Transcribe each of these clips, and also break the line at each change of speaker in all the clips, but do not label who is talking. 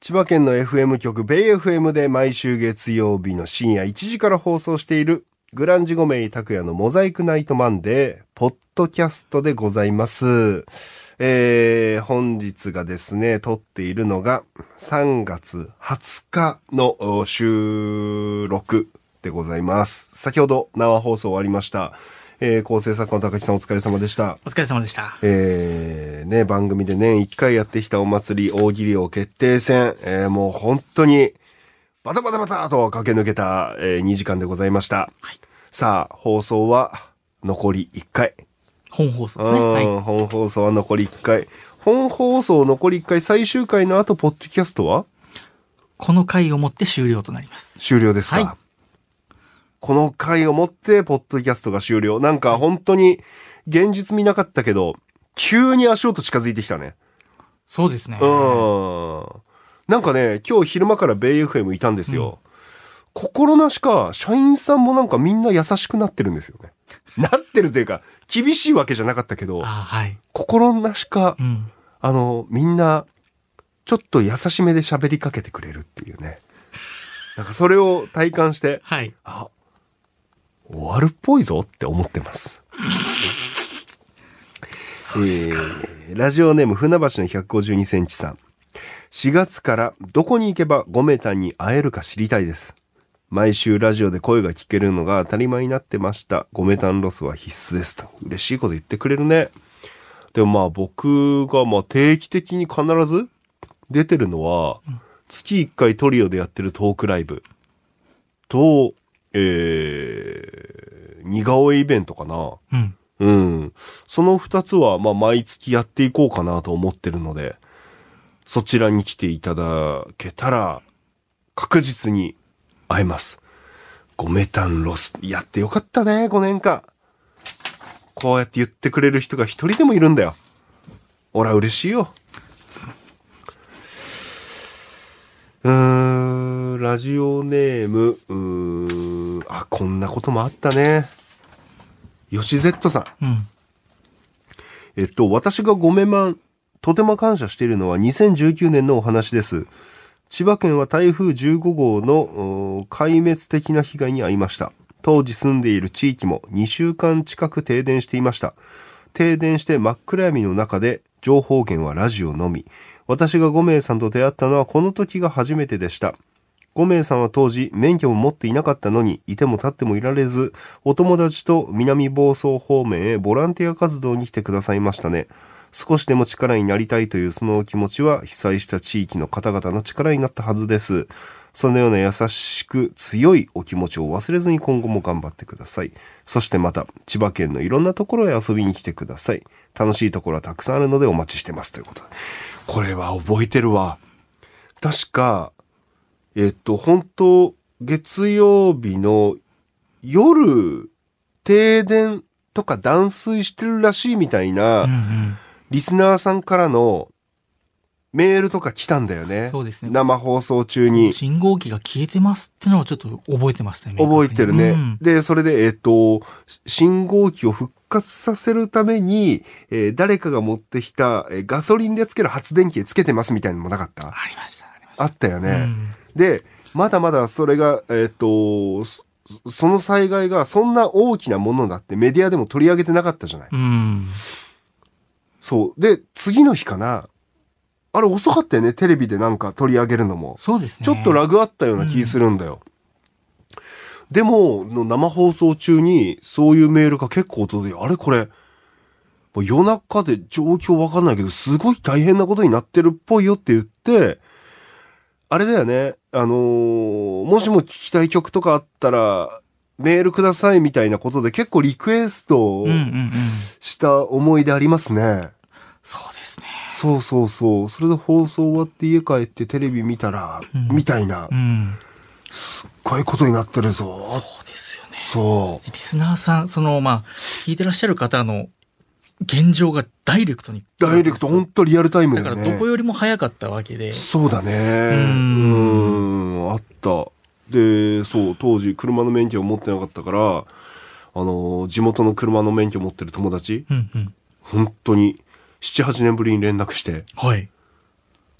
千葉県の FM 局、ベイ FM で毎週月曜日の深夜1時から放送している、グランジ5名拓也のモザイクナイトマンデー、ポッドキャストでございます。えー、本日がですね、撮っているのが3月20日のお収録でございます。先ほど生放送終わりました。えー、構成作家の高木さんお疲れ様でした。
お疲れ様でした。
えーね、番組で年1回やってきたお祭り、大喜利王決定戦、えーもう本当に、バタバタバタと駆け抜けた、え2時間でございました。さあ、放送は残り1回。
本放送ですね。は
うん
い。
本放送は残り1回。本放送残り1回、最終回の後、ポッドキャストは
この回をもって終了となります。
終了ですか、
はい
この回をもって、ポッドキャストが終了。なんか本当に、現実見なかったけど、急に足音近づいてきたね。
そうですね。
うん。なんかね、今日昼間からベイ FM いたんですよ。心なしか、社員さんもなんかみんな優しくなってるんですよね。 なってるというか、厳しいわけじゃなかったけど、
あはい。
心なしか
う、ん。
あの、みんな、ちょっと優しめで喋りかけてくれるっていうね。なんかそれを体感して、
はい。
あ、終わるっぽいぞって思ってます。えーラジオネーム船橋の152センチさん。4月からどこに行けばゴメタンに会えるか知りたいです。毎週ラジオで声が聞けるのが当たり前になってました。ゴメタンロスは必須ですと。嬉しいこと言ってくれるね。でもまあ僕がまあ定期的に必ず出てるのは、月1回トリオでやってるトークライブ。と、えー、似顔絵イベントかな。
うん。
うん。その二つは、まあ、毎月やっていこうかなと思ってるので、そちらに来ていただけたら、確実に会えます。ごめたんロス。やってよかったね、5年間。こうやって言ってくれる人が一人でもいるんだよ。俺は嬉しいよ。うーん、ラジオネーム、うーん、あ、こんなこともあったね。吉 Z さん。
うん。
えっと、私がごめまん、とても感謝しているのは2019年のお話です。千葉県は台風15号のおー壊滅的な被害に遭いました。当時住んでいる地域も2週間近く停電していました。停電して真っ暗闇の中で情報源はラジオのみ。私が5名さんと出会ったのはこの時が初めてでした。5名さんは当時免許も持っていなかったのにいても立ってもいられずお友達と南房総方面へボランティア活動に来てくださいましたね少しでも力になりたいというそのお気持ちは被災した地域の方々の力になったはずですそのような優しく強いお気持ちを忘れずに今後も頑張ってくださいそしてまた千葉県のいろんなところへ遊びに来てください楽しいところはたくさんあるのでお待ちしてますということでこれは覚えてるわ確かえっと、本当月曜日の夜、停電とか断水してるらしいみたいな、
うんうん。
リスナーさんからのメールとか来たんだよね。
そうですね
生放送中に。
信号機が消えてますってのをちょっと覚えてましたね。
覚えてるね。
うん
で、それで、えっ、と、し信号機を復活させるために、えー誰かが持ってきた、えーガソリンでつける発電機でつけてますみたいなのもなかった
ありました、ありました。
あったよね。
うん
で、まだまだそれが、えっ、とそ、その災害がそんな大きなものだってメディアでも取り上げてなかったじゃない。
うん。
そう。で、次の日かな。あれ遅かったよね、テレビでなんか取り上げるのも。
そうですね。
ちょっとラグあったような気するんだよ。でも、の生放送中にそういうメールが結構届いて、あれこれ、もう夜中で状況わかんないけど、すごい大変なことになってるっぽいよって言って、あれだよね、あのーもしも聞きたい曲とかあったら、メールくださいみたいなことで結構リクエストを
うんうんうん。
した思い出ありますね。
そうですね。
そうそうそう。それで放送終わって家帰ってテレビ見たら、
うん
みたいな
うん。
すっごいことになってるぞ。
そうですよね。
そ
リスナーさん、その、まあ、聞いてらっしゃる方の現状がダイレクトに。
う。ダイレクト、ほんとリアルタイム
だ
だ
か
よ
ら、
ね。
どこよりも早かったわけで。
そうだね。うん
ん
あった。で、そう、当時車の免許を持ってなかったから、あの、地元の車の免許を持ってる友達、
うんうん。
本当に、7、8年ぶりに連絡して、
はい。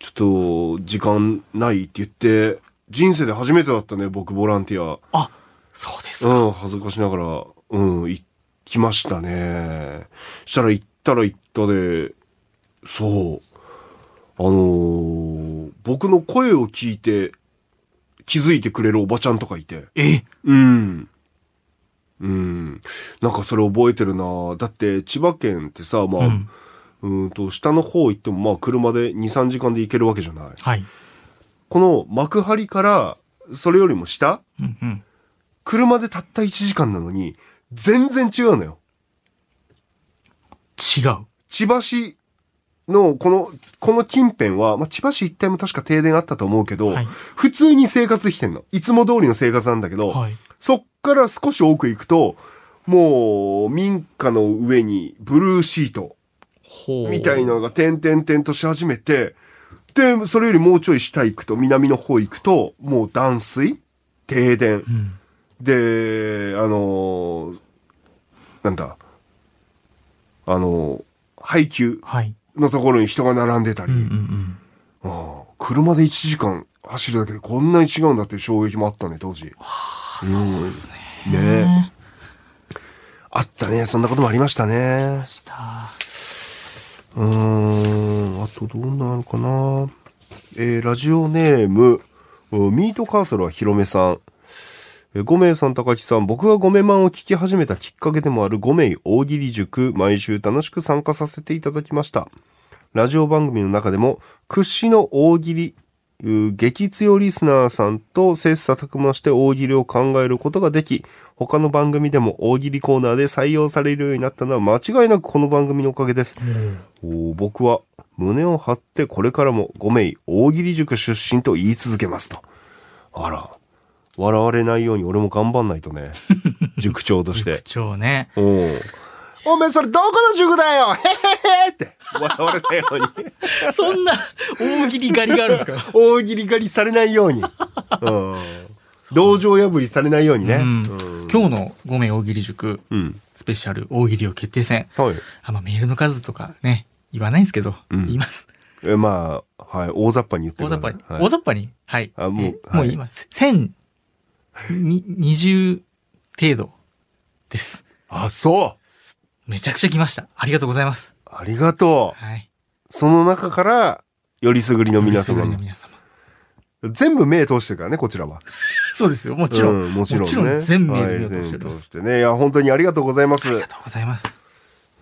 ちょっと、時間ないって言って、人生で初めてだったね、僕、ボランティア。
あ、そうですか。
うん、恥ずかしながら、うん、行きましたね。したら行ったら行ったで、そう。あのー僕の声を聞いて、気づいてくれるおばちゃんとかいて。
え、
うん。うん。なんかそれ覚えてるなだって千葉県ってさ、まあ、
う
うん
ん、、
んと、下の方行ってもまあ車で2、3時間で行けるわけじゃない。
はい。
この幕張から、それよりも下
うんうん。
車でたった1時間なのに、全然違うのよ。
違う。
千葉市の、この、この近辺は、まあ、千葉市一帯も確か停電あったと思うけど、
はい
普通に生活できてんの。いつも通りの生活なんだけど、
はい。
そっから少し奥行くと、もう、民家の上にブルーシート
ほう。
みたいな。のが点々点とし始めて、で、それよりもうちょい下行くと、南の方行くと、もう断水停電。
うん。
で、あのーなんだ、あのー配給
はい。
のところに人が並んでたり、
うんうんうん。
ああ車で1時間走るだけでこんなに違うんだっていう衝撃もあったね、当時。うんねえ
ね
あったね。そんなこともありましたね。
した。
うーん。あとどうなるかな。えーラジオネーム、うんミートカーソルはひろめさん。えー五名さん、高木さん、僕がごめマンを聞き始めたきっかけでもある五名大喜利塾、毎週楽しく参加させていただきました。ラジオ番組の中でも、屈指の大喜利、うー激強リスナーさんと切磋琢磨して大喜利を考えることができ、他の番組でも大喜利コーナーで採用されるようになったのは間違いなくこの番組のおかげです。おー僕は胸を張ってこれからも5名大喜利塾出身と言い続けますと。あら、笑われないように俺も頑張んないとね。塾長として
口。調ね。
おうおめえそれどこの塾だよへ へへって笑われないよう に。
そんな大喜利狩りがあるんですか
大喜利狩りされないように。うん。道場破りされないようにね。
う
うんん。
今日の5名大喜利塾
うん。
スペシャル大喜利を決定戦。
はい。
あまあメールの数とかね、言わないんですけど、
うん
言います。
え、まあ、はい。大雑把に言って
大
くだ
雑
さ
把
い
に。。
はい
大雑把に。はい。
あもう
え
はい
もう言います。千に20程度です。
あ、そう
めちゃくちゃ来ました。ありがとうございます。
ありがとう
はい。
その中から、よりすぐりの皆様
お久しぶり
に
の。皆様。
全部目通してるからね、こちらは。
そうですよ。もちろん。
うもちろんね。
もちろん全メール目を
はい
通しております
全通してね。いや、本当にありがとうございま
あり
す
が。とうございます。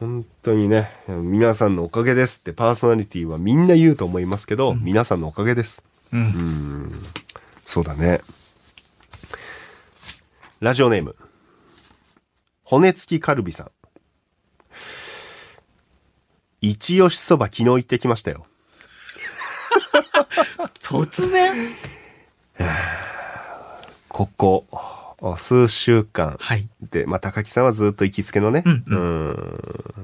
本当にね、皆さんのおかげですってパーソナリティはみんな言うと思いますけど、皆さんのおかげです。
うん。
うん。そうだね。ラジオネーム。骨付きカルビさん。一吉そば昨日行ってきましたよ。
突然
ここ、あ数週間。
はい。
で、まあ、高木さんはずっと行きつけのね。
うんう
う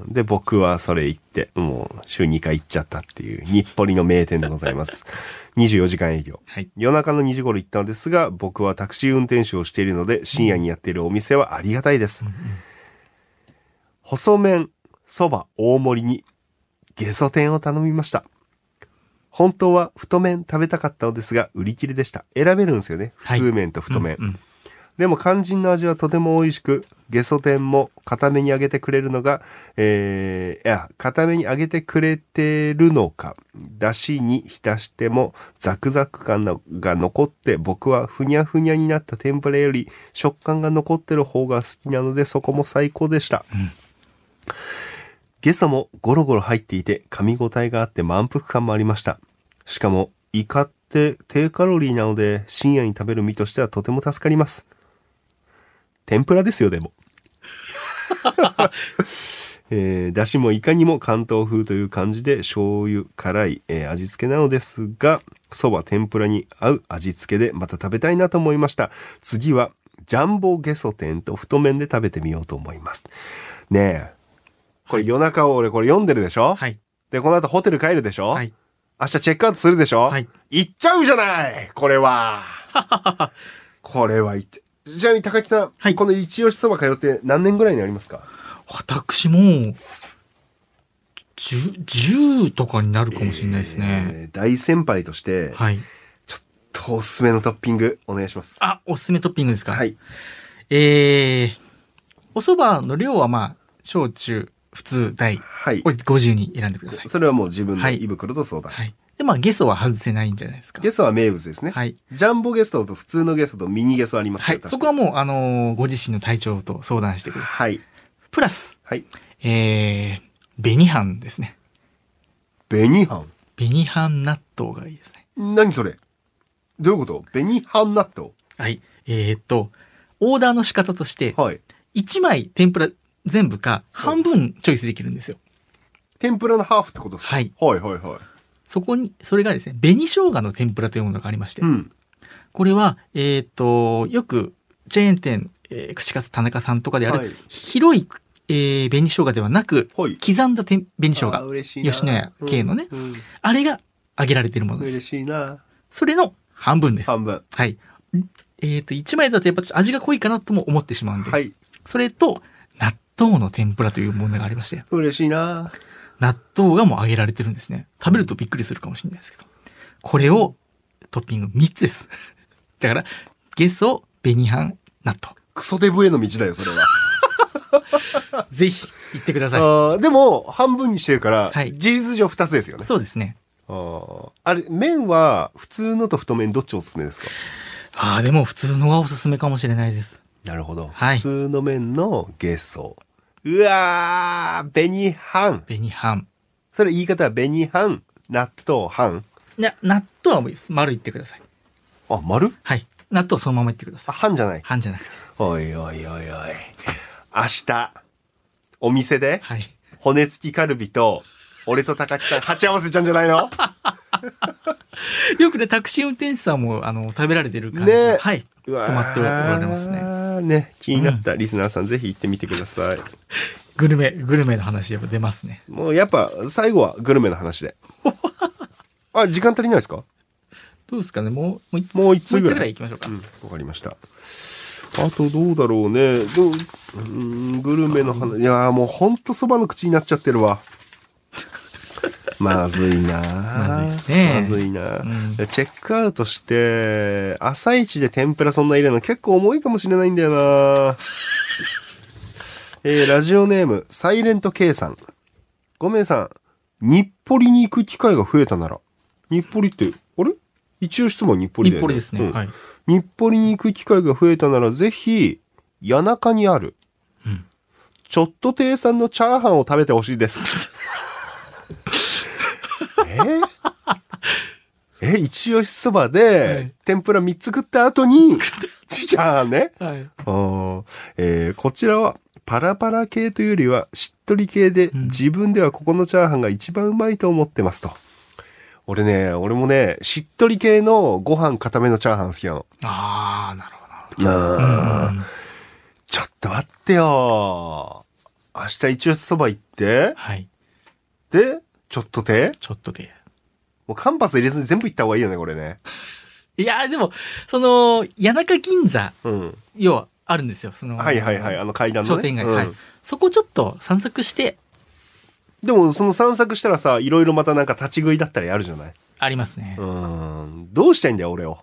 んで、僕はそれ行って、もう週2回行っちゃったっていう、日暮里の名店でござい ます。24時間営業。
はい。
夜中の2時頃行ったのですが、僕はタクシー運転手をしているので、深夜にやっているお店はありがたいです。細麺、そば、大盛りに、ゲソ天を頼みました。本当は太麺食べたかったのですが、売り切れでした。選べるんですよね。
はい
普通麺と太麺。
うんうん
でも肝心の味はとても美味しく、ゲソ天も固めに揚げてくれるのが、えーいや、固めに揚げてくれてるのか、だしに浸してもザクザク感のが残って、僕はふにゃふにゃになった天ぷらより食感が残ってる方が好きなので、そこも最高でした。ゲソもゴロゴロ入っていて噛み応えがあって満腹感もありました。しかも、イカって低カロリーなので深夜に食べる身としてはとても助かります。天ぷらですよ、で も。えー、だしもいかにも関東風という感じで醤油辛い、えー味付けなのですがそば天ぷらに合う味付けでまた食べたいなと思いました次はジャンボゲソ天と太麺で食べてみようと思いますねえこれ夜中を俺これ読んでるでしょ、
はい。
でこの後ホテル帰るでしょ、
はい。
明日チェックアウトするでしょ、
はい
行っちゃうじゃないこれ は。これは行って。ちなみに高木さん、
はい
この一押しそば通って何年ぐらいになりますか
私も、 10, 10とかになるかもしれないですね。
えー大先輩として、
はい。
とおすすめのトッピングお願いします。
あ、おすすめトッピングですか。
はい。
えー、お蕎麦の量はまあ、小中、普通、大、
はい
を。50に選んでください。
それはもう自分の
はい
胃袋と相談。
はい。で、まあ、ゲソは外せないんじゃないですか。
ゲストは名物ですね。
はい。
ジャンボゲストと普通のゲストとミニゲストあります
は
け
い。
ど
そこはもう、あのーご自身の体調と相談してください。
はい。
プラス、
はい。
えー、紅飯ですね。
紅飯。
紅飯納豆がいいですね。
何それどういうこと紅飯納豆
はい。えー、っと、オーダーの仕方として、
はい。
1枚天ぷら全部か半分チョイスできるんですよ。
天ぷらのハーフってことですか
はい。
はいはいはい。
そこに、それがですね、紅生姜の天ぷらというものがありまして、
うん。
これは、えーっと、よくチェーン店、えー串カツ田中さんとかである、
はい
広い、えー、紅生姜ではなく、
はい。
刻んだ天紅生
あー
姜、
嬉しいな
吉野家系のね、
うん
あれが揚げられているも
うん
ので
嬉
す。
しいな。
それの半分です。
半分。
はい。えーっと、1枚だとやっぱちょっと味が濃いかなとも思ってしまうんで、
はい。
それと、納豆の天ぷらというものがありまして、
嬉しいな。
納豆がもう揚げられてるんですね。食べるとびっくりするかもしれないですけど。これをトッピング3つです。 だから、ゲソ、紅飯、納
クソデブへの道だよ、それは。
豆。ぜひ、行ってくださ
あーでも、半分にしてるから、
はい
事実上2つですよ
い。
ね。
そうですね。
あーあれ、麺は普通のと太麺どっちおすすめですか
ああ、でも普通のがおすすめかもしれないです。
なるほど。
はい
普通の麺のゲソ。うわー、紅飯。
紅飯。
それ言い方は紅飯、納豆飯。
な、納豆はもういいです。丸いってください。
あ、丸
はい。納豆そのままいってくだ
あ、
さい。
飯じゃない。
飯じゃなくて。
おいおいおいおい。明日、お店で、
はい。
骨付きカルビと、俺と高木さん、鉢合わせちゃうんじゃないの
よくね、タクシー運転手さんも、あの、食べられてる感じ。
ね
はい。
う
止まっておられますね。
ね。ね、気になったリスナーさん、ぜひ行ってみてください。
グルメ、グルメの話やっぱ出ますね。
もうやっぱ、最後はグルメの話 で。あ、時間足りないですか
どうですかねもう、もう一
もう一通ぐ
もう一つぐ
ら
ら
い
い行きましょうか。
うん、わかりました。あとどうだろうね。どう、うん、グルメの話。いやーもうほんとそばの口になっちゃってるわ。まずいなー
まずいっすね
まずいなー、
う
チェックアウトして、朝一で天ぷらそんな入れるの結構重いかもしれないんだよなーえーラジオネーム、サイレント K さん。ごめんさん、日暮里に行く機会が増えたなら、日暮里って、あれ一応質問日暮里だ
日
よね。
暮里ですね。
うん
はい。
日暮里に行く機会が増えたならぜひ谷中にある、
うん
ちょっと亭さんのチャーハンを食べてほしいです えーえ一押しそばで、
はい
天ぷら3つ食った後にチャーハンね
はい。
あーえーこちらはパラパラ系というよりはしっとり系で、
ん
自分ではここのチャーハンが一番うまいと思ってますと俺ね俺もねしっとり系のご飯固めのチャーハン好きなの
ああ、なるほど、なるほ
うん
ど。
ちょっと待ってよ明日一押しそば行って
はい。
でちょっとて
ちょっとで。
もうカンパス入れずに全部行った方がいいよねこれね
いやー、でも、その、谷中銀座、
うん
要は、あるんですよ。その、
はいはいはいあの階段の
商
ね
店街、
うん
はい。そこちょっと散策して、
でもその散策したらさいろいろまたなんか立ち食いだったりあるじゃない
ありますね
う。ーんどうしたいんだよ、俺を。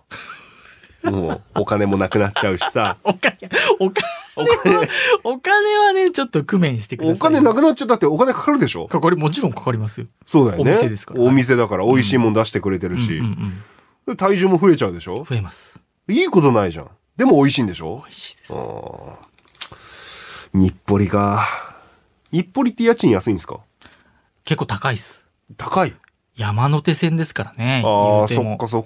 もう、お金もなくなっちゃうしさ。
お金、 お金、
お金、
お金はね、ちょっと工面してください。
お金なくなっちゃったってお金かかるでしょ
かかり、もちろんかかりますよ。
そうだよね。
お店ですから
お店だから美味しいもん出してくれてるし。
うんうん
で体重も増えちゃうでし
う
ょ
ん、増えます。
いいことないじゃん。でも美味しいんでしょ
美味しいで
あ
す。
ー日暮里か。日暮里って家賃安いんですか
結構高いっす。
高い。
山手線ですからね。
ああ、
言うて
そ
も
っかそっ
うん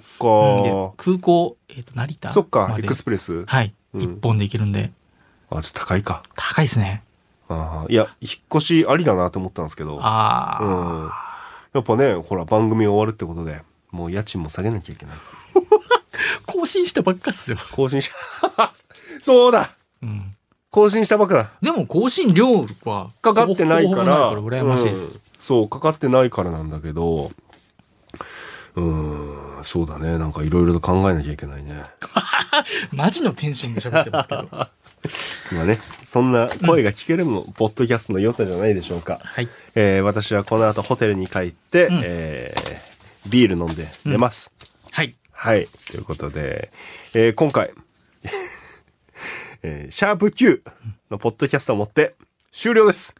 で
か。
空港、えっ、と、成田まで。
そっか、エクスプレス。
はい。
うん
一、本で行けるんで、
あ、ちょっと高いか。
高いですね。
あーいや、引っ越しありだなと思ったんですけど。
ああ、
うん。やっぱね、ほら、番組終わるってことで、もう家賃も下げなきゃいけない。
更新したばっかっすよ。
更新し、 そうだ
うん。
更新したばっかだ
でも更新料は
かかってないから。
ほぼほぼないから羨ましいです。
うんそう、かかってないからなんだけど、うーん、そうだね。なんかいろいろと考えなきゃいけないね。
マジのテンションで喋ってますけど。
まあね、そんな声が聞けるのも、ポッドキャストの良さじゃないでしょうか。
はい。
えー私はこの後ホテルに帰って、
ん
えービール飲んで寝ます。
はい。
はい。ということで、えー今回、 えーシャープ Q のポッドキャストを持って終了です。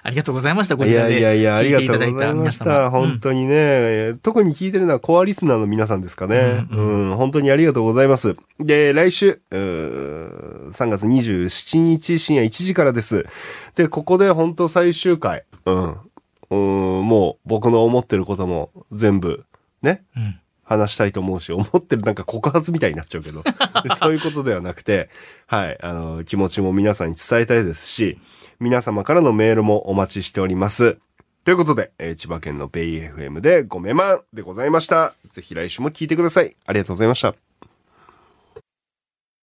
ありがとうございました。こ
い
ちら
や
で。
いやいや、ありが
聞いていた
と
だ
う
い
ござ
た
い
皆
まし
様。
た。本当にね、えー特に聞いてるのはコアリスナーの皆さんですかね。うん、本当にありがとうございます。で、来週、うー3月27日深夜1時からです。で、ここで本当最終回。うん。うんもう僕の思ってることも全部、ね、
うん。うん
話したいと思うし、思ってるなんか告発みたいになっちゃうけど、そういうことではなくて、はい、あの、気持ちも皆さんに伝えたいですし、皆様からのメールもお待ちしております。ということで、えー千葉県のベイ FM でごめまんでございました。ぜひ来週も聞いてください。ありがとうございました。